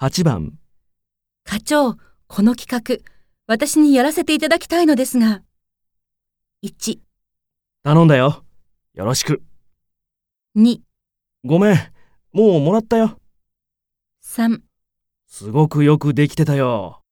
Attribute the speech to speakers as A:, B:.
A: 8番、
B: 課長、この企画、私にやらせていただきたいのですが。1、
A: 頼んだよ。よろしく。
B: 2、
A: ごめん、もうもらったよ。
B: 3。
A: すごくよくできてたよ。